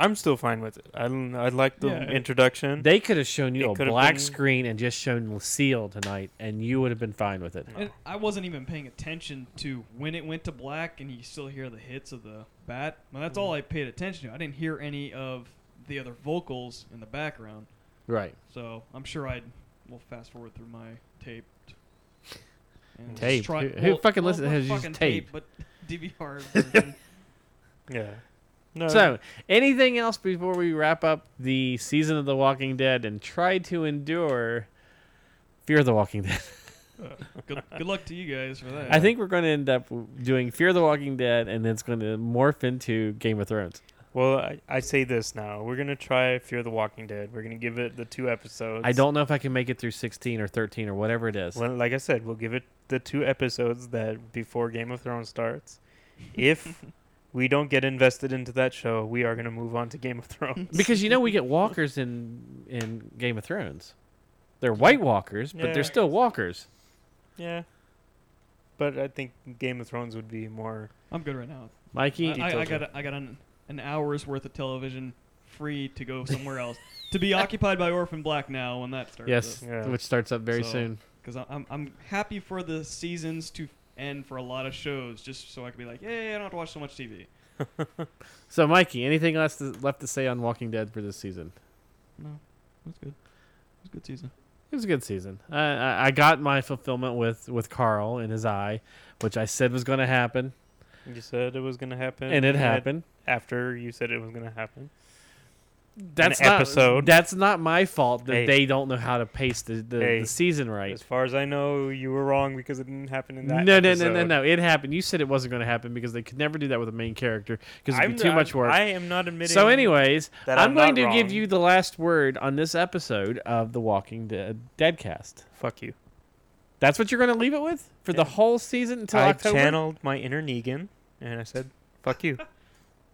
I'm still fine with it. I don't- I like the
Yeah, it-
introduction.
They could have shown you
It
a
could have
black
Mm-hmm. been-
screen and just shown Lucille tonight, and you would have been fine with it.
And I wasn't even paying attention to when it went to black, and you still hear the hits of the bat. Well, that's
Mm.
all I paid attention to. I didn't hear any of the other vocals in the background,
Right.
so I'm sure I'd will fast forward through my tape. and just
Tape? Who- who fucking listen-
not
has used
fucking
tape?
But *laughs*
*laughs*
DVR. version.
yeah. No.
So, anything else before we wrap up the season of The Walking Dead and try to endure Fear the Walking Dead?
good, good luck to you guys for that.
I think we're going to end up doing Fear the Walking Dead, and it's going to morph into Game of Thrones.
well, I, I say this now. We're gonna try Fear the Walking Dead. We're gonna give it the two episodes.
I don't know if I can make it through 16 or 13 or whatever it is.
Well, like I said, we'll give it the two episodes that before Game of Thrones starts. *laughs* If we don't get invested into that show, we are going to move on to Game of Thrones.
Because you know we get walkers in in Game of Thrones. They're white walkers, but
Yeah.
they're still walkers.
*laughs* yeah. But I think Game of Thrones would be more.
I'm good right now.
Mikey,
I, I, I got a, I got an, an hour's worth of television free to go somewhere else
*laughs*
to be occupied by Orphan Black now when that starts.
yes,
Yeah.
which starts up very
So-
soon.
because I'm I'm happy for the seasons to end for a lot of shows just so I can be like, hey, I don't have to watch so much TV.
So, Mikey, anything else to, left to say on Walking Dead for this season?
No, that's good. It was a good season.
It was a good season. I, I, I got my fulfillment with with Carl in his eye, which I said was going to happen,
You said it was going to happen.
and it happened.
After you said it was going to happen.
That's not,
episode.
That's not my fault that
Hey.
they don't know how to pace the, the,
Hey.
the season right.
As far as I know, you were wrong because it didn't happen in
No,
that.
no, no,
episode.
no, no. It happened. You said it wasn't going to happen because they could never do that with a main character because it'd
I'm
be too
not-
much work.
I am not admitting.
so, anyways,
that
I'm,
I'm
going
not
to give
wrong.
you the last word on this episode of the Walking Dead Deadcast.
fuck you.
That's what you're going to leave it with for the
Yeah.
whole season until
I
October.
channeled my inner Negan and I said, "Fuck *laughs* you."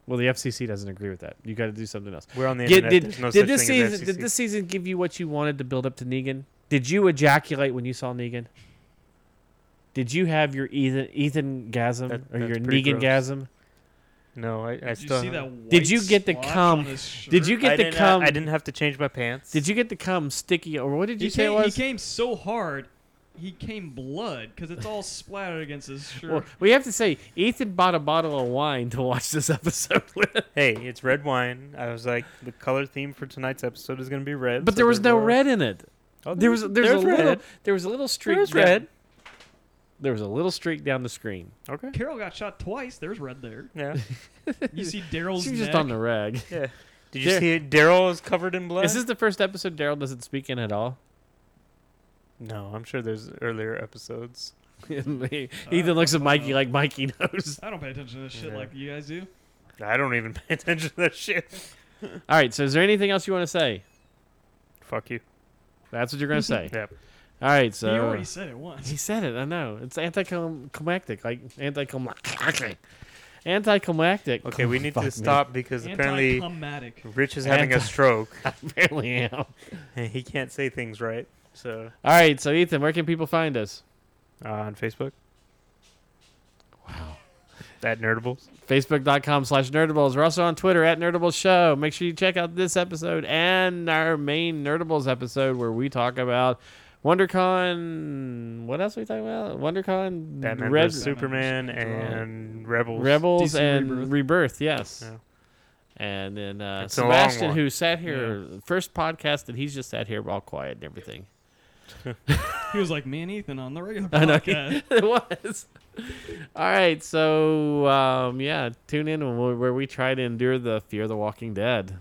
Well, the FCC doesn't agree with that. You got to do something else.
We're on the
Did,
internet.
did-
There's no
did
such
this
thing as E
season
FCC.
did this season give you what you wanted to build up to Negan? Did you ejaculate when you saw Negan? Did you have your Ethan Ethan gasm
That-
or
that's
your
pretty
Negan
gross.
gasm?
No, I, I
Did
still.
you see
haven't.
that? White
uh, Did you get the
splotch
cum?
on his shirt?
Did you get
I
the
didn't,
cum?
I, didn't have to change my pants.
Did you get the cum sticky or what did
He
you say it
came,
was?
he came so hard, he came blood because it's all splattered against his
*laughs*
shirt.
Well, we have to say Ethan bought a bottle of wine to watch this *laughs* episode with,
Hey, it's red wine. I was like, the color theme for tonight's episode is going to be red.
but
so
there was no
therefore-
red in it.
Oh,
There was there's,
there's
a little
red.
there was a little streak.
was
down-
red.
There was a little streak down the screen.
Okay.
Carol got shot twice. There's red there.
Yeah.
*laughs*
You see Daryl's
She was
neck.
just on the rag.
Yeah.
*laughs*
Did you
Dar-
see Daryl is covered in blood?
Is this the first episode Daryl doesn't speak in at all?
no, I'm sure there's earlier episodes.
*laughs* Ethan looks at Mikey like Mikey knows.
I don't pay attention to this shit
Yeah.
like you guys do.
I don't even *laughs* pay attention to that shit.
*laughs* All right, so is there anything else you want to say?
Fuck you.
That's what you're going to
*laughs*
say.
Yep.
All right,
you
so.
already said it
*laughs*
once.
He said it, I know. It's anticlimactic, like anticlimactic. Anticlimactic. *laughs*
Okay, we need
Fuck me.
to stop because apparently
Anticlimactic.
Rich is having a
Anti-
stroke. *laughs*
I barely am.
and he can't say things right. So
All right, so Ethan, where can people find us?
uh, on Facebook. Wow. At Nerdables.
Facebook.com slash Nerdables. We're also on Twitter at Nerdables Show. Make sure you check out this episode and our main Nerdables episode where we talk about WonderCon. What else are we talking about? WonderCon,
Batman
Red-
vs Superman and Rebels.
Rebels,
DC
and Rebirth.
Rebirth.
yes.
Yeah.
And then uh,
It's a long
Sebastian,
one.
who sat here, first podcast, and he's just sat here all quiet and
*laughs*
everything.
He was like me and Ethan on the regular
*laughs* I know
podcast.
it was. All right, so um, yeah, tune in when we- where we try to endure the fear of the Walking Dead.